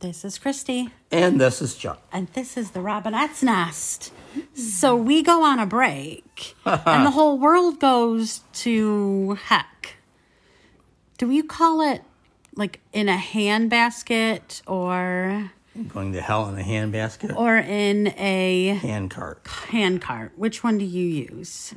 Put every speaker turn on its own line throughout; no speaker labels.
This is Christy,
And this is Chuck.
and this is the Robinette's Nest. So we go on a break, and the whole world goes to heck. Do you call it like in a handbasket or
Going to hell in a handbasket,
or in a
handcart.
handcart? Which one do you use?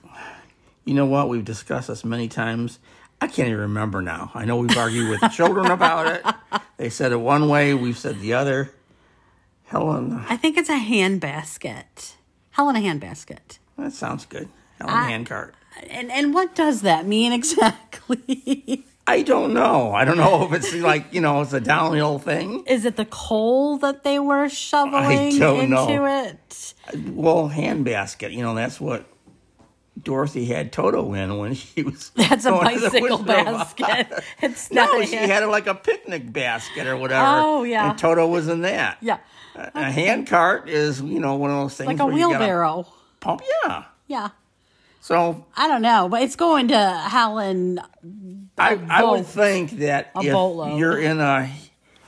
You know what? We've discussed this many times. I can't even remember now. I know we've argued with children about it. They said it one way, we've said the other. Hell in
I think it's a handbasket. Hell in a handbasket.
that sounds good. Hell in a handcart.
And and what does that mean exactly?
I don't know. I don't know if it's like, you know, it's a downhill thing.
Is it the coal that they were shoveling
don't
into
know.
it?
Well, handbasket, you know, that's what Dorothy had Toto in when she was.
That's a
going to the
bicycle
wishbone.
basket. It's not
No,
a
she
hand-
had like a picnic basket or whatever.
Oh, yeah.
And Toto was in that.
Yeah.
A- A hand cart is, you know, one of those things
Like a
where you gotta
wheelbarrow.
Pump, yeah.
Yeah.
So
I don't know, but it's going to Helen.
I, I would
bolt.
think that if
boatload.
you're in a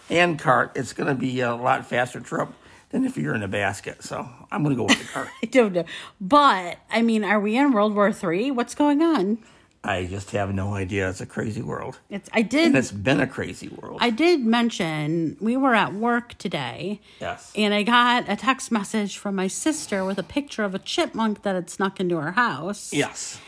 hand cart, it's going to be a lot faster trip than if you're in a basket. So I'm going to go with the cart.
I don't know. But, I mean, are we in World War Three? What's going on?
I just have no idea. It's a crazy world,
It's I
and
did
it's been a crazy world.
I did mention we were at work today.
yes.
And I got a text message from my sister with a picture of a chipmunk that had snuck into her house.
yes.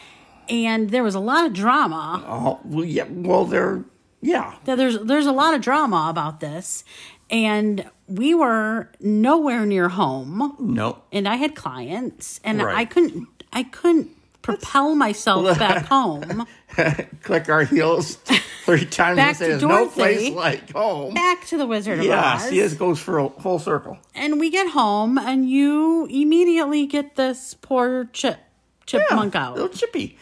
And there was a lot of drama.
Oh well, yeah. Well, they're yeah.
that there's there's a lot of drama about this and we were nowhere near home
No.
and i had clients and i
Right.
couldn't i couldn't propel myself back home
Click our heels three times
Back
and say
to
there's no
Dorothy.
place like home.
back to the wizard of
Yeah,
oz
see, it goes for a full circle.
and we get home and you immediately get this poor chip chipmunk
Yeah,
out
Little chippy.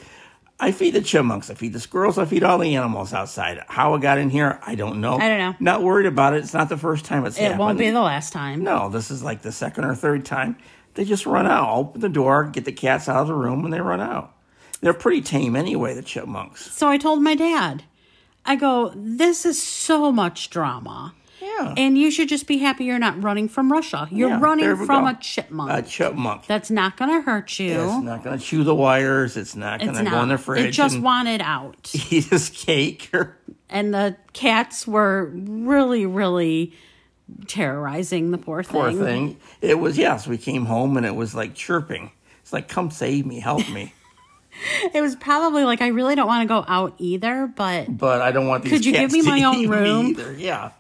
I feed the chipmunks. I feed the squirrels. I feed all the animals outside. How it got in here, I don't know.
I don't know.
Not worried about it. It's not the first time it's
it
happened.
won't be the last time
No, this is like the second or third time. They just run out. Open the door, get the cats out of the room, and they run out. They're pretty tame anyway, the chipmunks.
so i told my dad i go this is so much drama
Yeah.
and you should just be happy you're not running from russia you're
Yeah, there
running
we
from
go.
a chipmunk
A chipmunk.
That's not going to hurt you.
It's not going to chew the wires. It's not going
it's
to go in
not.
the fridge
it just
and
wanted out.
eat his cake. Or,
And the cats were really, really terrorizing the poor thing.
poor thing. It was, yes, we came home and it was like chirping. It's like, come save me, help me.
It was probably like, I really don't want to go out either. But
but I don't want these
Could you
cats
give me
to
my own
eat me
room?
either. Yeah.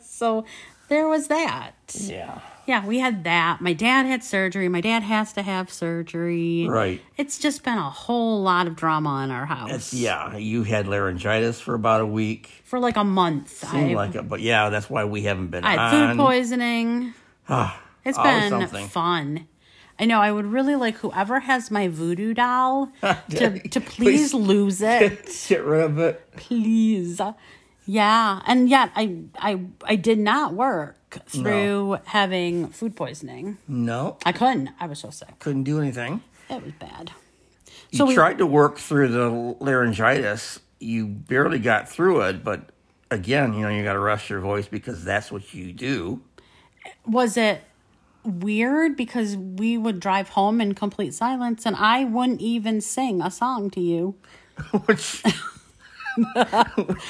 so there was that.
Yeah.
Yeah, we had that. My dad had surgery. My dad has to have surgery.
Right.
It's just been a whole lot of drama in our house.
It's, yeah. You had laryngitis for about a week.
For like a month.
Seemed
I,
like it, but yeah, that's why we haven't been
I
on.
had food poisoning. It's
oh,
been
something.
fun. I know. I would really like whoever has my voodoo doll to, to please
Please.
lose it,
Get rid of it.
please. Yeah, and yet I I I did not work through having food poisoning.
No,
I couldn't. I was so sick.
couldn't do anything.
It was bad.
You
So we-
tried to work through the laryngitis. You barely got through it, but again, you know, you got to rest your voice because that's what you do.
Was it weird because we would drive home in complete silence and I wouldn't even sing a song to you?
Which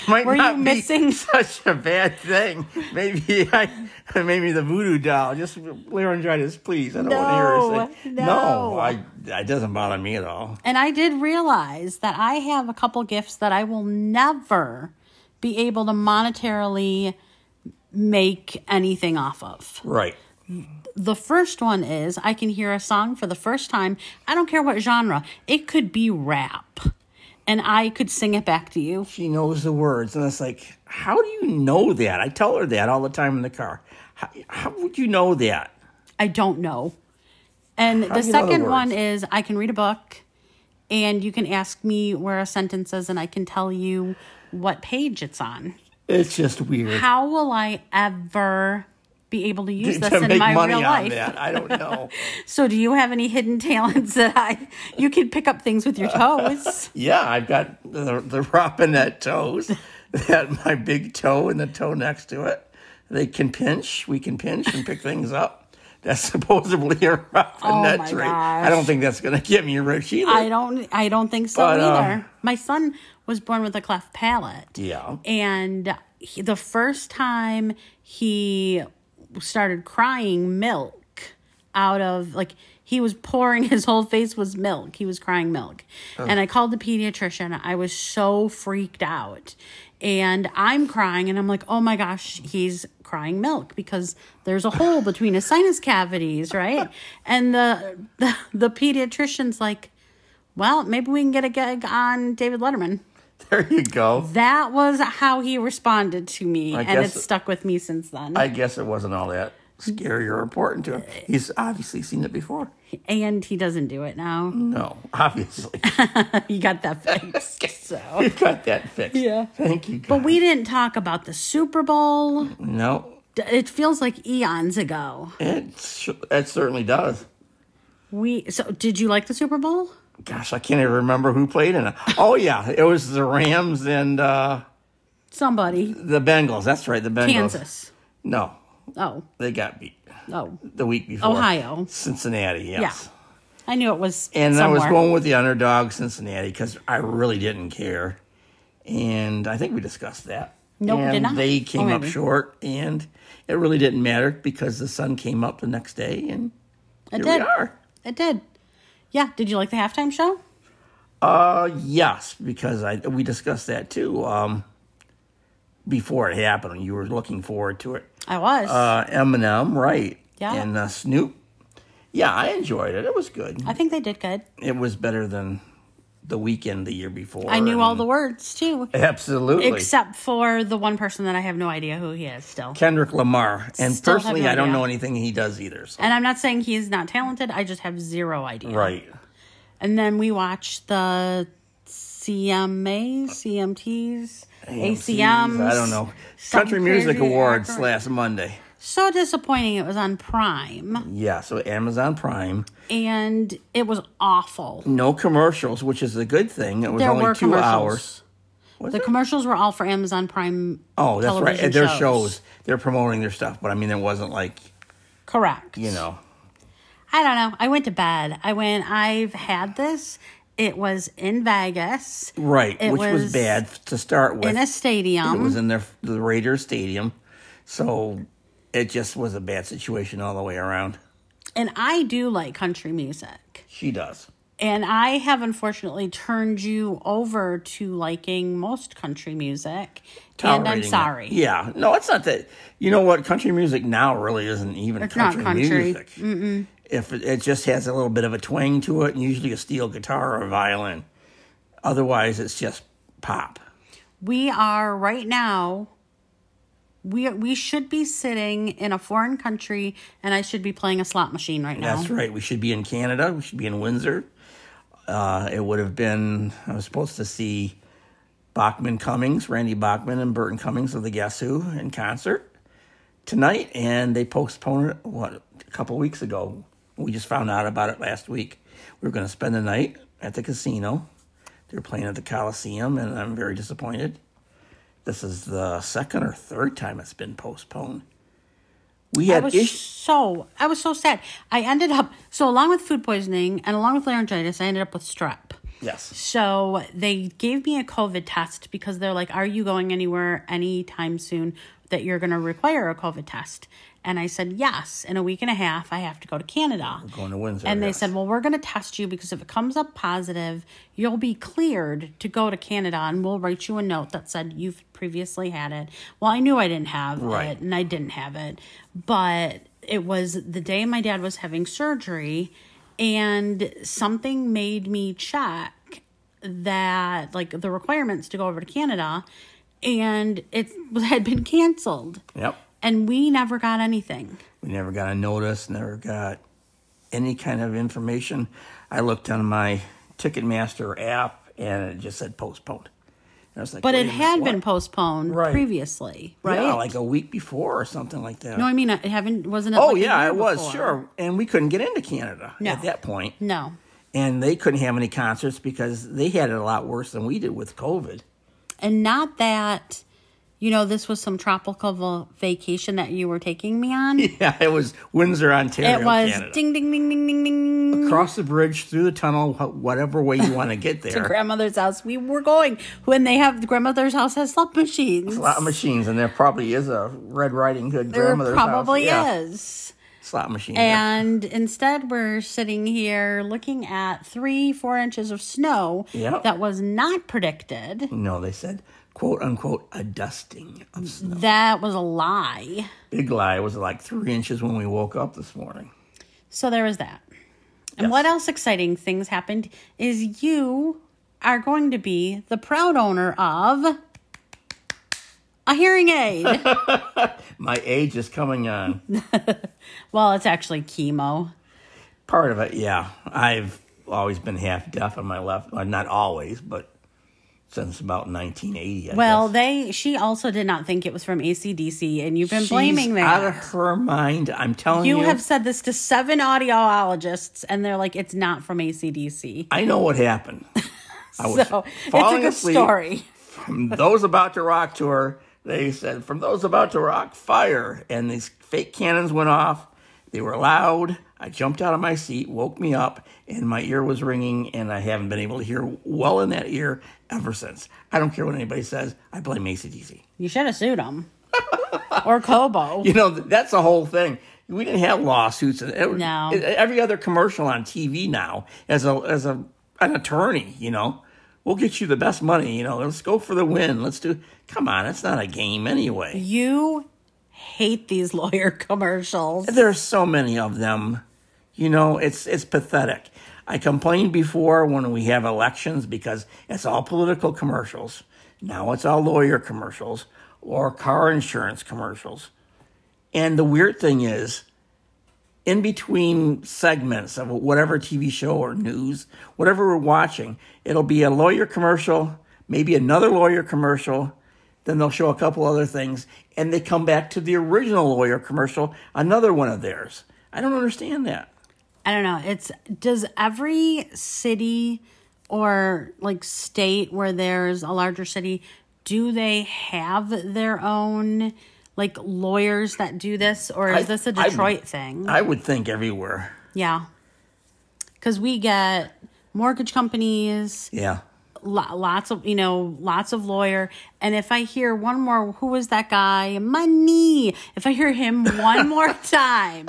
might
Were
not
you
be
missing-
such a bad thing. Maybe I, maybe the voodoo doll. Just laryngitis, please. I don't want to hear her say.
No, no.
no I, it doesn't bother me at all.
And I did realize that I have a couple gifts that I will never be able to monetarily make anything off of.
Right.
The first one is I can hear a song for the first time. I don't care what genre, it could be rap, and I could sing it back to you.
she knows the words. And it's like, how do you know that? I tell her that all the time in the car. How, how would you know that?
I don't know. And the
do you know the
second
words?
one is I can read a book and you can ask me where a sentence is, and I can tell you what page it's on.
It's just weird.
how will I ever be able to use this
to
in
make
my
money
real
on
life?
that, I don't know.
So, do you have any hidden talents that I you can pick up things with your toes?
yeah, I've got the, the robinette toes, that my big toe and the toe next to it. They can pinch. We can pinch and pick things up. That's supposedly a rough
Oh
nut
my
tree.
gosh.
I don't think that's going to get me rich either.
I don't. I don't think so
But, uh,
either. My son was born with a cleft palate.
yeah.
and he, the first time he started crying milk out of like he was pouring his whole face was milk he was crying milk and i called the pediatrician i was so freaked out and i'm crying and i'm like oh my gosh he's crying milk because there's a hole between his sinus cavities right and the, the the pediatrician's like well maybe we can get a gig on david letterman
There you go.
that was how he responded to me, and
guess-
it's stuck with me since then.
I guess it wasn't all that scary or important to him. He's obviously seen it before.
and he doesn't do it now.
No, obviously.
he got that fixed. so.
you got that fixed.
Yeah.
Thank you.
But we didn't talk about the Super Bowl.
no,
D- It feels like eons ago.
it, sh- it certainly does.
We so did you like the Super Bowl?
Gosh, I can't even remember who played in it. Oh, yeah. It was the Rams and uh,
Somebody
the Bengals. That's right, the Bengals.
Kansas.
No,
Oh
they got beat
oh,
the week before.
Ohio.
Cincinnati, yes.
Yeah. I knew it was.
And I was
somewhere.
going with the underdog Cincinnati because I really didn't care. And I think we discussed that.
No, we did
and
not.
They came
Oh,
up
maybe.
short, and it really didn't matter because the sun came up the next day, and
It
here
did.
we are.
It did. Yeah. Did you like the halftime show?
Uh, yes, because I we discussed that too. Um, before it happened, you were looking forward to it.
I was.
Uh, Eminem, right?
Yeah.
And uh, Snoop. Yeah, I enjoyed it. It was good.
I think they did good.
It was better than the weekend the year before.
I knew all
and-
the words too.
Absolutely.
Except for the one person that I have no idea who he is still.
Kendrick Lamar. And
Still have
personally,
no
I don't
idea.
know anything he does either. So.
And I'm not saying he's not talented, I just have zero idea.
right.
And then we watched the CMAs, CMTs, ACMs.
I don't know.
some
Country Music
crazy
Awards
actor-
last Monday.
So disappointing it was on Prime
Yeah, so Amazon Prime.
and it was awful.
No commercials, which is a good thing. It was
There
only
were
two
commercials.
hours. Was
The
it?
commercials were all for Amazon Prime.
Oh, that's right.
television
And Their shows. They're promoting their stuff, but I mean, it wasn't like,
Correct.
you know.
I don't know. I went to bed. I went, I've had this. It was in Vegas
Right,
It
which was,
was
bad to start with.
in a stadium.
it was in their, the Raiders Stadium. So it just was a bad situation all the way around.
and I do like country music.
She does.
And I have unfortunately turned you over to liking most country music. and I'm
tolerating it.
sorry.
Yeah, no, it's not that. You know what? Country music now really isn't even
not
country,
country.
music. If it, it just has a little bit of a twang to it, and usually a steel guitar or a violin. Otherwise, it's just pop.
We are right now we we should be sitting in a foreign country and I should be playing a slot machine right now.
That's right. We should be in Canada. We should be in Windsor. Uh, it would have been. I was supposed to see Bachman Cummings, Randy Bachman, and Burton Cummings of the Guess Who in concert tonight, and they postponed it. What a couple weeks ago. We just found out about it last week. We were going to spend the night at the casino. They're playing at the Coliseum, and I'm very disappointed. This is the second or third time it's been postponed. We
I
had
was
issues.
so I was so sad. I ended up so along with food poisoning and along with laryngitis, I ended up with strep.
Yes.
So they gave me a COVID test because they're like, Are you going anywhere anytime soon that you're going to require a COVID test? And I said, Yes. In a week and a half, I have to go to Canada.
Going to Windsor.
and they
Oh, yes.
said, Well, we're going to test you because if it comes up positive, you'll be cleared to go to Canada and we'll write you a note that said you've previously had it. Well, I knew I didn't have
Right.
it and I didn't have it. But it was the day my dad was having surgery and something made me check that, like, the requirements to go over to Canada and it had been canceled.
Yep.
And we never got anything.
We never got a notice, never got any kind of information. I looked on my Ticketmaster app and it just said postponed. And I was like,
But
wait
it
a minute,
had
what?
been postponed
Right.
previously, right?
Yeah, like a week before or something like that.
no, I mean it haven't. Wasn't it?
oh
like a
yeah,
year
it was
before?
sure, and we couldn't get into Canada
No.
at that point,
No,
and they couldn't have any concerts because they had it a lot worse than we did with COVID.
and not that you know, this was some tropical vo- vacation that you were taking me on.
Yeah, it was Windsor, Ontario.
it was
Canada.
ding, ding, ding, ding, ding, ding.
Cross the bridge, through the tunnel, wh- whatever way you want to get there.
Grandmother's house. We were going when they have grandmother's house has slot machines.
slot machines, and there probably is a Red Riding Hood
There
grandmother's house.
probably
Yeah,
is.
slot machine. yeah.
And instead, we're sitting here looking at three, four inches of snow
Yep.
that was not predicted.
No, they said quote unquote a dusting of snow.
That was a lie.
Big lie was like three inches when we woke up this morning.
So there was that. And what else exciting things happened is you are going to be the proud owner of a hearing aid.
My age is coming uh, on.
well, it's actually chemo.
Part of it, yeah. I've always been half deaf on my left. Well, not always, but since about 1980. I
Well,
guess.
they she also did not think it was from ACDC, and you've been
She's
blaming that.
out of her mind. I'm telling you.
you have said this to seven audiologists, and they're like, it's not from ACDC.
I know what happened. I was
So it's a
falling
good
asleep.
story.
from those about to rock tour, they said, from those about to rock, fire. And these fake cannons went off. They were loud. I jumped out of my seat, woke me up, and my ear was ringing, and I haven't been able to hear well in that ear ever since. I don't care what anybody says. I blame ACDC.
You should have sued them or Kobo.
You know, th- that's the whole thing. We didn't have lawsuits. and it-
No.
it- Every other commercial on TV now, as a as a an attorney, you know, we'll get you the best money. You know, let's go for the win. Let's do. Come on, it's not a game anyway.
You hate these lawyer commercials.
There's so many of them. You know, it's it's pathetic. I complained before when we have elections because it's all political commercials. Now it's all lawyer commercials or car insurance commercials. And the weird thing is, in between segments of whatever TV show or news, whatever we're watching, it'll be a lawyer commercial, maybe another lawyer commercial, then they'll show a couple other things, and they come back to the original lawyer commercial, another one of theirs. I don't understand that.
I don't know. It's does every city or like state where there's a larger city, do they have their own like lawyers that do this, or is
I-
this a
I-
Detroit thing?
I would think everywhere.
yeah, because we get mortgage companies,
Yeah.
lo- lots of you know, lots of lawyer. And if I hear one more, who was that guy? Money. If I hear him one more time,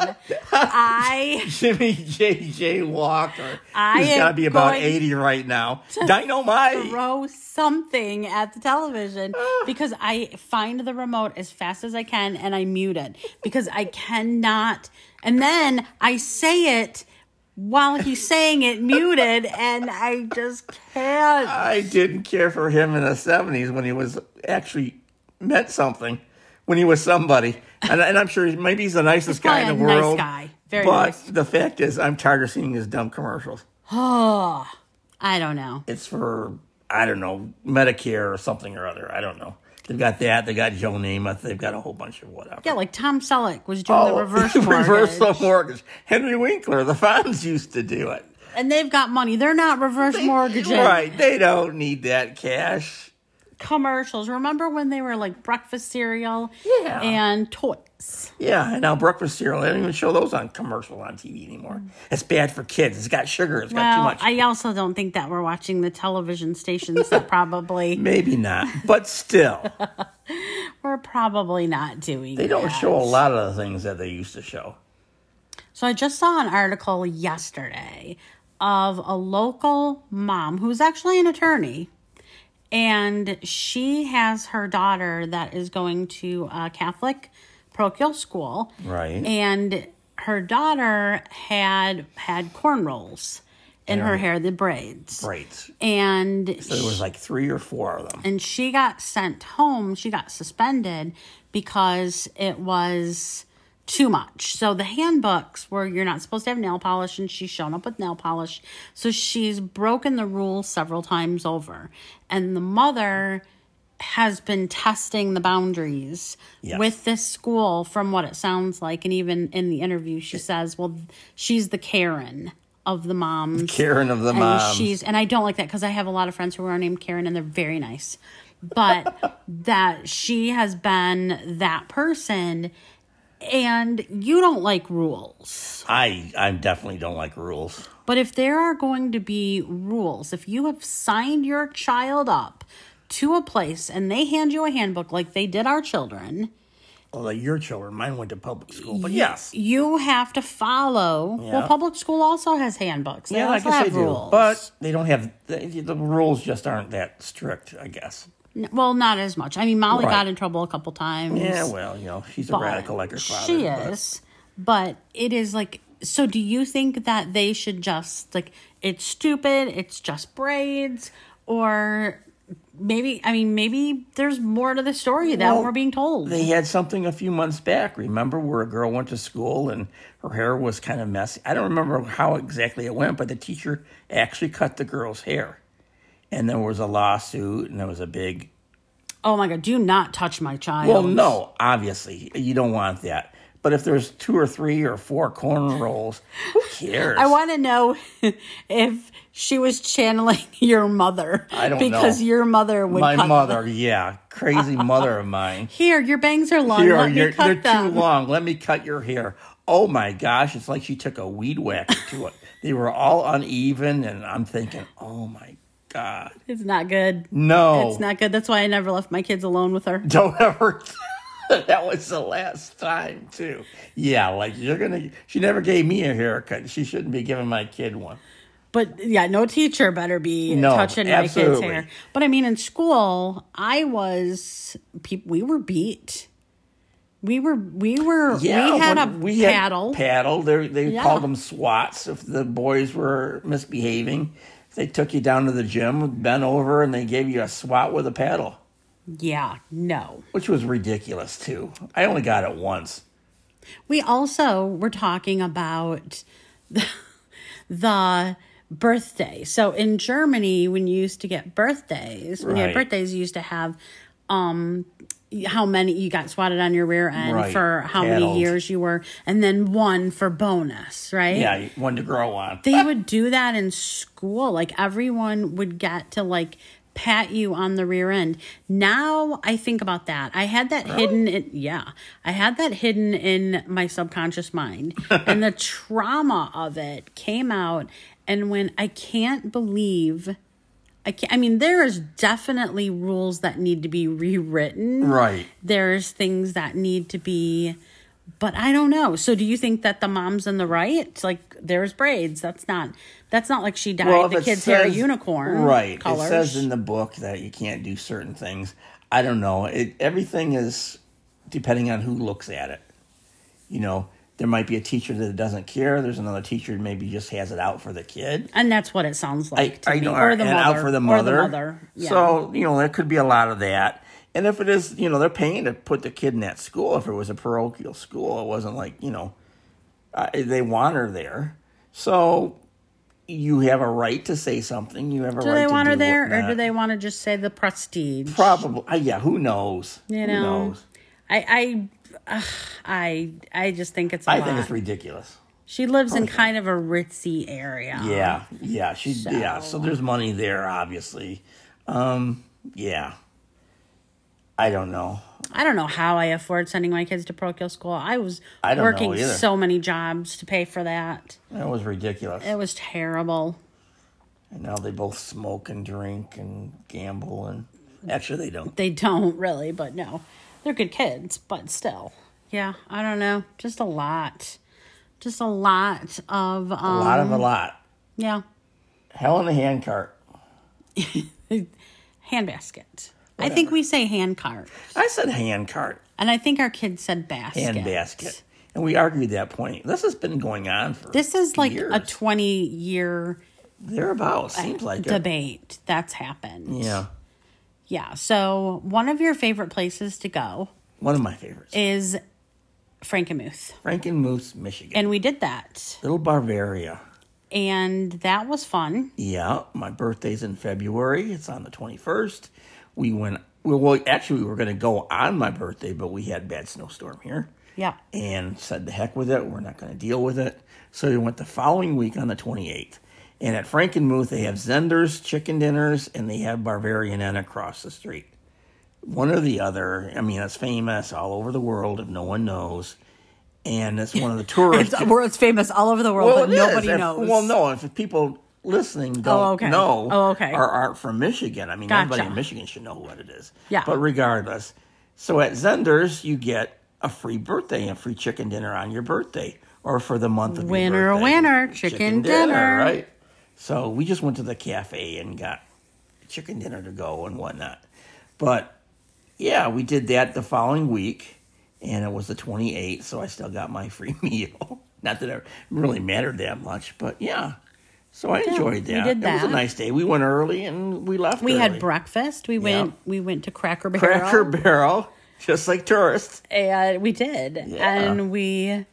I.
Jimmy J.J. Walker.
I
He's got to
am
be about
going
80 right now. Dynamite.
throw something at the television
Ah.
because I find the remote as fast as I can and I mute it because I cannot. And then I say it while he's saying it muted and I just can't.
I didn't care for him in the seventies when he was actually meant something, when he was somebody, and, and I'm sure he- maybe he's the nicest guy in the
probably a nice
world.
guy. Very
but
nice.
the fact is, I'm tired of seeing his dumb commercials.
I don't know.
It's for I don't know Medicare or something or other. I don't know. They've got that. They got Joe Namath. They've got a whole bunch of whatever. Oh,
Yeah, like Tom Selleck was doing the reverse mortgage.
reversal mortgage. Henry Winkler, the Fonz used to do it.
And they've got money. They're not reverse mortgaging
Right. They don't need that cash.
commercials. Remember when they were like breakfast cereal
Yeah.
and toys?
Yeah, and now breakfast cereal. They don't even show those on commercial on TV anymore. It's bad for kids. It's got sugar. It's got too
Mm. Well,
much.
I also don't think that we're watching the television stations that probably
Maybe not, but still,
we're probably not doing.
they don't
that.
show a lot of the things that they used to show.
So I just saw an article yesterday of a local mom who's actually an attorney, and she has her daughter that is going to a Catholic parochial school,
Right.
and her daughter had had cornrows in her hair, the braids,
Right.
and
There was like three or four of them.
and she got sent home she got suspended because it was too much so the handbooks were you're not supposed to have nail polish and she's shown up with nail polish so she's broken the rules several times over and the mother has been testing the boundaries
Yes.
with this school from what it sounds like and even in the interview she says well she's the karen of the moms
Karen of the
and
mom.
she's and I don't like that because I have a lot of friends who are named Karen and they're very nice. but that she has been that person and you don't like rules.
I I definitely don't like rules.
But if there are going to be rules, if you have signed your child up to a place and they hand you a handbook like they did our children,
Although your children, mine went to public school, but yes,
you have to follow. Well,
Yeah.
public school also has handbooks. They
yeah, I
also
guess they
have
do.
rules.
But they don't have the, the rules. Just aren't that strict, I guess.
N- well, not as much. I mean, Molly
Right.
got in trouble a couple times.
Yeah, well, you know, she's a
but
radical like her father.
She
but-
is, but it is like. So, do you think that they should just like it's stupid? It's just braids, or maybe I mean, maybe there's more to the story that
Well,
we're being told.
They had something a few months back, remember, where a girl went to school and her hair was kind of messy. I don't remember how exactly it went, but the teacher actually cut the girl's hair. And there was a lawsuit and there was a big.
oh my god! Do not touch my child.
Well, no, obviously, you don't want that. But if there's two or three or four corner rolls, who cares?
I want to know if she was channeling your mother.
I don't know.
because your mother would.
My
cut-
mother, yeah, crazy mother of mine.
Here, your bangs are long.
Here,
Let me
you're-
cut
they're
them.
too long. Let me cut your hair. Oh my gosh, it's like she took a weed whacker to it. They were all uneven, and I'm thinking, oh my god,
It's not good.
no,
It's not good. That's why I never left my kids alone with her.
don't ever. that was the last time too. Yeah, like you're gonna. She never gave me a haircut. She shouldn't be giving my kid one.
But yeah, no teacher better be
No,
touching my
absolutely.
kids' hair. But I mean, in school, I was. Pe- we were beat. We were. We were.
Yeah,
we had
when
a
we had
paddle.
paddle. They they
Yeah.
called them SWATs if the boys were misbehaving. They took you down to the gym, bent over, and they gave you a SWAT with a paddle.
yeah. No.
which was ridiculous too. I only got it once.
We also were talking about the, the birthday. So in Germany, when you used to get birthdays, when you had
Right.
birthdays, you used to have um how many you got swatted on your rear end
Right.
for how
Paddled.
many years you were, and then one for bonus, right?
Yeah, one to grow on.
They would do that in school. Like everyone would get to like pat you on the rear end. Now I think about that. I had that hidden in yeah. I had that hidden in my subconscious mind. and the trauma of it came out and when I can't believe I can I mean there is definitely rules that need to be rewritten
Right.
there's things that need to be but i don't know so do you think that the mom's in the right like there's braids that's not that's not like she dyed the
if it
kids hair
says-
unicorn
Right.
colors
It says in the book that you can't do certain things. I don't know. It, everything is depending on who looks at it. You know, there might be a teacher that doesn't care. There's another teacher that maybe just has it out for the kid.
and that's what it sounds like to
I
me
know,
or the
and
mother
out for the
or
mother.
the mother yeah.
So you know, there could be a lot of that. And if it is, you know, they're paying to put the kid in that school. If it was a parochial school, it wasn't like you know, uh, they want her there. So you have a right to say something. You have a
do
right.
they
to
want her
do
there
whatnot.
or do they want to just say the prestige
Probably. Uh, yeah. Who knows?
you
Who
know
knows?
i i ugh, i i just think it's a
I
lot
think it's ridiculous.
she lives in kind of a ritzy area
Yeah. Yeah. She. Yeah. So there's money there, obviously. Um. Yeah. I don't know.
I don't know how I afford sending my kids to parochial school. I was
I don't know
working
either.
so many jobs to pay for that.
That was ridiculous.
It was terrible.
And now they both smoke and drink and gamble and
Mm-hmm.
actually they don't.
They don't really, but no. They're good kids, but still. Yeah, I don't know. Just a lot. Just a lot of
A
um
lot of a lot.
yeah,
Hell in a handcart.
hand basket. I think we say hand cart.
I said handcart,
And I think our kids said basket.
hand basket. And we argued that point. This has been going on for
This is like a
years.
20 year
thereabouts. Seems like it.
debate that's happened.
Yeah.
Yeah. So, one of your favorite places to go
One of my favorites.
is Frankenmuth.
Frankenmuth, Michigan.
And we did that.
Little Barbaria.
And that was fun.
Yeah, my birthday's in February. It's on the 21st. We went, well, well actually, we were going to go on my birthday, but we had bad snowstorm here.
Yeah.
and said, the heck with it. We're not going to deal with it. So we went the following week on the 28th. And at Frankenmuth, they have Zenders chicken dinners and they have Bavarian Inn across the street. one or the other. I mean, it's famous all over the world if no one knows. And it's one of the tourist.
It's, well, it's famous all over the world, but
it is.
nobody
If-
knows.
Well, no, if people listening don't
okay.
know
Oh, okay.
or aren't from Michigan, I mean, everybody
Gotcha.
in Michigan should know what it is.
Yeah.
But regardless, so at Zender's, you get a free birthday, a free chicken dinner on your birthday or for the month of your
Winner,
birthday.
winner, chicken dinner.
Right. So we just went to the cafe and got chicken dinner to go and whatnot. But yeah, we did that the following week, and it was the 28th, so I still got my free meal. Not that it really mattered that much, but yeah. So I enjoyed
we
that.
did
It was a
that.
nice day. We went early and we left.
we had
early.
breakfast. We went. We went to Cracker Barrel.
Cracker Barrel, just like tourists.
and we did and we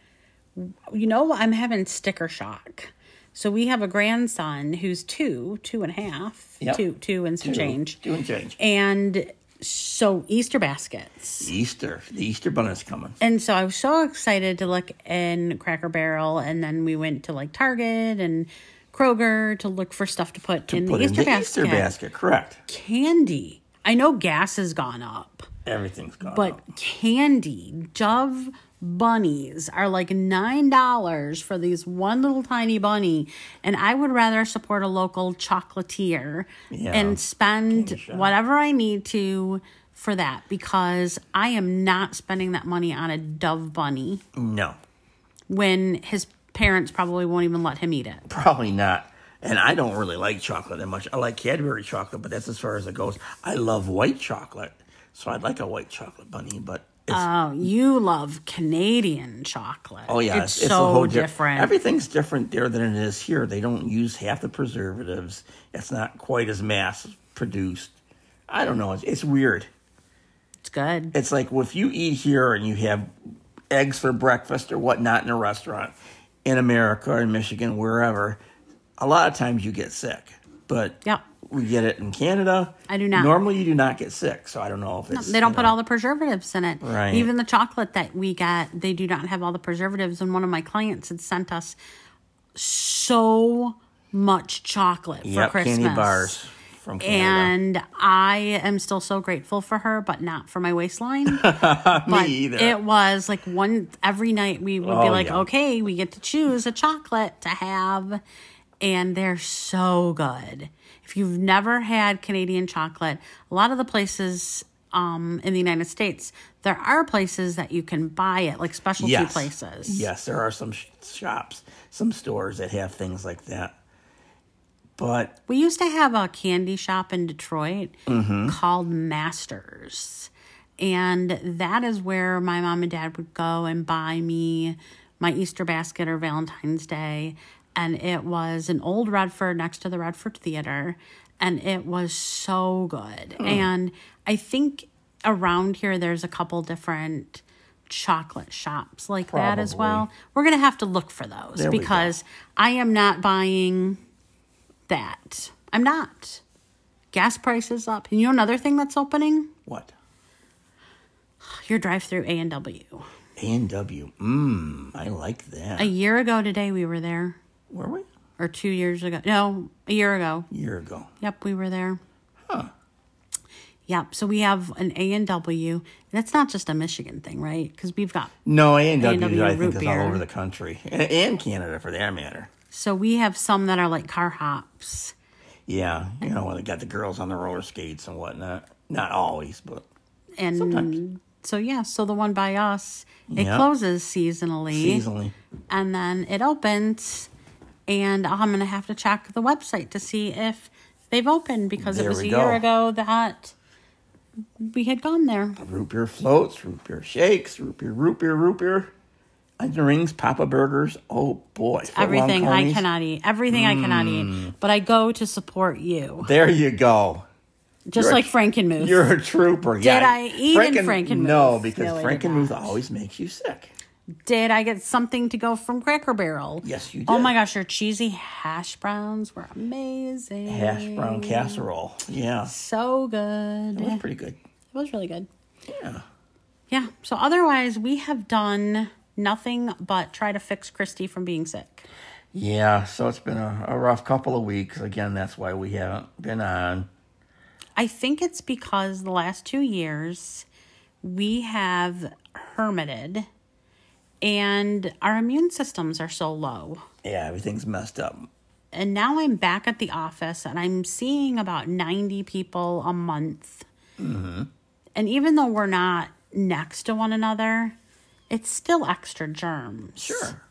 you know i'm having sticker shock so we have a grandson who's two two and a half
Yep.
two two and some change
Doing change.
and so easter baskets
Easter. The Easter Bunny's coming.
and so i was so excited to look in cracker barrel and then we went to like target and kroger to look for stuff to put in
Put
the easter
in the
basket
Easter basket, correct.
candy i know gas has gone up
Everything's gone.
but
up.
candy dove bunnies are like nine dollars for these one little tiny bunny and i would rather support a local chocolatier
Yeah.
and spend
shop.
whatever i need to for that because i am not spending that money on a dove bunny
no,
when his parents probably won't even let him eat it
Probably not. And I don't really like chocolate that much. I like Cadbury chocolate, but that's as far as it goes. I love white chocolate, so I'd like a white chocolate bunny. But it's,
oh you love canadian chocolate
oh yeah,
it's,
a
so
whole di-
different
Everything's different there than it is here. They don't use half the preservatives. It's not quite as mass produced. I don't know. It's, it's weird.
it's good
It's like if you eat here and you have eggs for breakfast or whatnot in a restaurant in America or in Michigan, wherever, a lot of times you get sick. But
Yep.
we get it in Canada.
I do not.
Normally you do not get sick, so I don't know if it's
They don't
you
put
know,
all the preservatives in it.
Right.
Even the chocolate that we got, they do not have all the preservatives. And one of my clients had sent us so much chocolate
yep,
for Christmas.
candy bars from Canada.
And I am still so grateful for her, but not for my waistline.
Me
But
either.
It was like one every night we would be
Oh,
like,
yeah.
okay, we get to choose a chocolate to have, and they're so good. If you've never had Canadian chocolate, a lot of the places um, in the United States, there are places that you can buy it, like specialty
yes.
places.
Yes, there are some sh- shops, some stores that have things like that. But
We used to have a candy shop in Detroit called Masters. And that is where my mom and dad would go and buy me my Easter basket or Valentine's Day. And it was an old Redford next to the Redford Theater. And it was so good. And I think around here, there's a couple different chocolate shops like that as well. We're going to have to look for those
There we go.
because I am not buying that. I'm not. Gas prices up. And you know another thing that's opening?
what?
Your drive through A and W.
A&W. Mmm, I like that.
A year ago today we were there.
Were we?
Or two years ago. No, a year ago.
A year ago.
Yep, we were there. Huh. Yep. So we have an A and W. That's not just a Michigan thing, right? Because we've got
No, A and W
A&W
I think
root
is
beer.
all over the country and, and Canada for that matter.
so we have some that are like car hops.
Yeah, you know when they got the girls on the roller skates and whatnot. Not always, but
And so yeah, so the one by us, it
Yeah.
closes seasonally.
seasonally.
and then it opens and i'm gonna have to check the website to see if they've opened because
There
it was a
we
year
go.
ago that we had gone there
Root beer floats, root beer shakes, root beer, root beer, root beer. Onion rings, Papa burgers. Oh boy, Footlong
everything i
conies.
cannot eat everything i cannot
Hmm.
eat but i go to support you
There you go.
just
You're a-
like frankenmuth
You're a trooper. Did
I eat in Frankenmuth?
No, because
No, I did
Frankenmuth always makes you sick.
did i get something to go from cracker barrel
Yes, you
oh
did.
my gosh your cheesy hash browns were amazing
Hash
Mm.
brown casserole. Yeah,
so good
it was pretty good.
it was really good
Yeah.
Yeah. So otherwise, we have done nothing but try to fix Christy from being sick.
Yeah, so it's been a, a rough couple of weeks. Again, that's why we haven't been on.
I think it's because the last two years we have hermited and our immune systems are so low.
Yeah, everything's messed up.
And now I'm back at the office and I'm seeing about 90 people a month. And even though we're not next to one another, it's still extra germs.
Sure.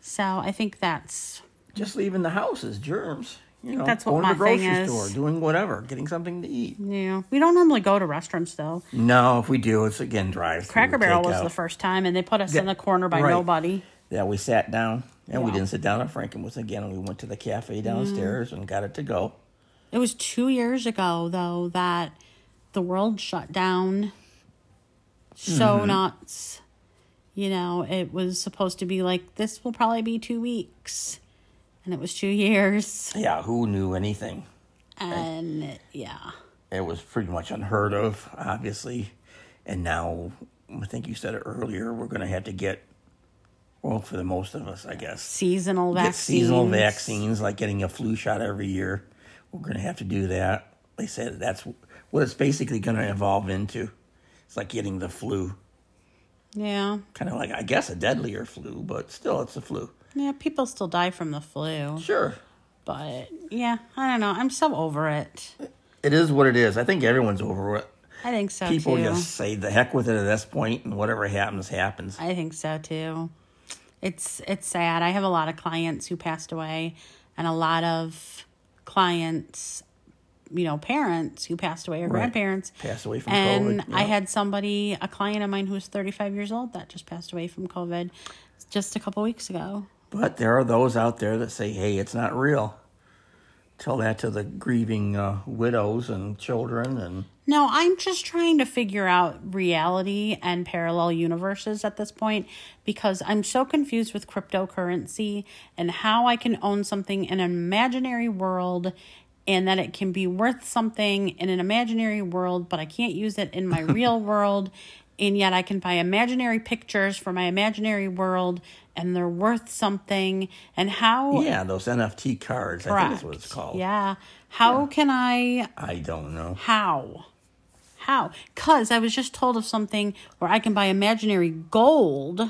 So I think that's
Just leaving the house is germs. You know,
that's what
going to
my
the grocery
thing is.
store, doing whatever, getting something to eat.
new. We don't normally go to restaurants though.
No, if we do, it's again drive.
Cracker Barrel was the first time, and they put us in the corner by
right.
nobody.
Yeah, we sat down and we
Yeah. Mm.
didn't sit down at Franken was again, and we went to the cafe downstairs and got it to go.
It was two years ago, though, that the world shut down so
Mm-hmm.
nuts. You know, it was supposed to be like, this will probably be two weeks. And it was two years.
Yeah, who knew anything?
And yeah.
It was pretty much unheard of, obviously. And now, I think you said it earlier, we're going to have to get, well, for the most of us, I guess,
Seasonal
get
vaccines.
seasonal vaccines, like getting a flu shot every year. We're going to have to do that. They said that's what it's basically going to evolve into. It's like getting the flu,
Yeah.
kind of like, I guess, a deadlier flu, but still, it's a flu.
Yeah, people still die from the flu.
Sure.
But yeah, I don't know. I'm so over it.
It is what it is. I think everyone's over it.
I think so
People
too.
just say the heck with it at this point, and whatever happens, happens.
I think so too. It's it's sad. I have a lot of clients who passed away and a lot of clients you know, parents who passed away or grandparents.
Passed away from
And
COVID.
I
yeah.
had somebody, a client of mine who was 35 years old that just passed away from COVID just a couple weeks ago.
But there are those out there that say, "Hey, it's not real." Tell that to the grieving uh, widows and children, and
No, I'm just trying to figure out reality and parallel universes at this point because I'm so confused with cryptocurrency and how I can own something in an imaginary world and that it can be worth something in an imaginary world, but I can't use it in my real world. And yet I can buy imaginary pictures for my imaginary world and they're worth something. And how.
yeah, those NFT cards. I think is what it's
Correct.
called.
Yeah. How can I
I don't know.
how? How? Because I was just told of something where I can buy imaginary gold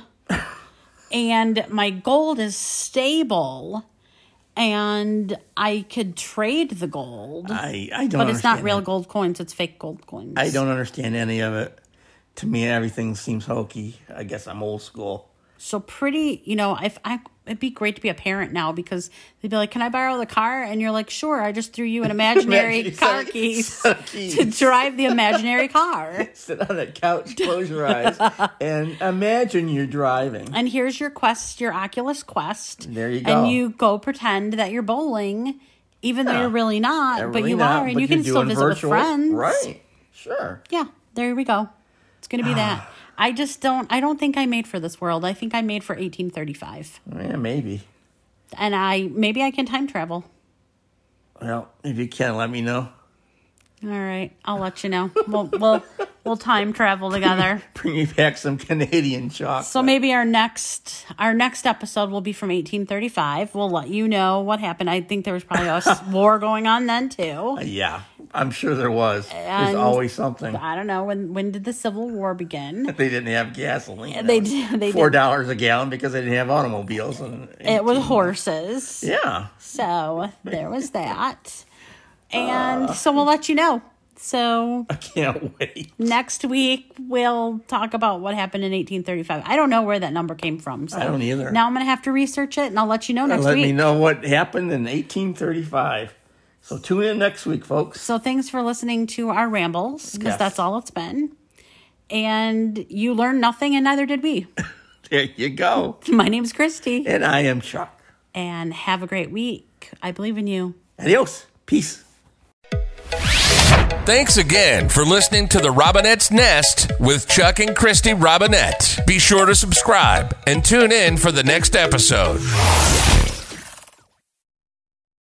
and my gold is stable and I could trade the gold.
I I don't.
but it's not
understand
real
that.
gold coins, it's fake gold coins.
I don't understand any of it. To me, everything seems hokey. I guess I'm old school.
So pretty, you know, if I it'd be great to be a parent now because they'd be like, "Can I borrow the car?" and you're like, "Sure." I just threw you an imaginary
Imagine-
car
so-
keys
so
to
keys.
drive the imaginary car.
Sit on that couch, close your eyes, and imagine you're driving.
and here's your quest, your Oculus Quest.
There you go.
And you go pretend that you're bowling, even though
Yeah.
you're really not, but
Really
you
not,
are, and
but
you
you're
can still
doing
visit
virtual-
with friends.
Right. Sure.
Yeah, there we go. It's gonna be that. I just don't. I don't think I made for this world. I think I made for 1835,
Yeah, maybe.
and I maybe I can time travel.
Well, if you can, let me know.
All right, I'll let you know. We'll we'll we'll time travel together.
Bring me back some Canadian chocolate.
So maybe our next our next episode will be from 1835. We'll let you know what happened. I think there was probably a s- war going on then too.
yeah, I'm sure there was. There's
And-
always something.
I don't know when when did the Civil War begin?
They didn't have gasoline.
They
That was
did- they
four
did.
dollars a gallon because they didn't have automobiles. And,
It was horses.
yeah,
So there was that.
Uh,
And so we'll let you know. So
I can't wait.
next week we'll talk about what happened in 1835. I don't know where that number came from. So
I don't either.
Now I'm going to have to research it and I'll let you know next
Let
week.
me know what happened in 1835. So tune in next week, folks.
So thanks for listening to our rambles because
Yes.
that's all it's been. And you learned nothing, and neither did we.
There you go.
My name's Christy,
And I am Chuck.
and have a great week. I believe in you.
Adios. Peace.
Thanks again for listening to the Robinette's Nest with Chuck and Christy Robinette. Be sure to subscribe and tune in for the next episode.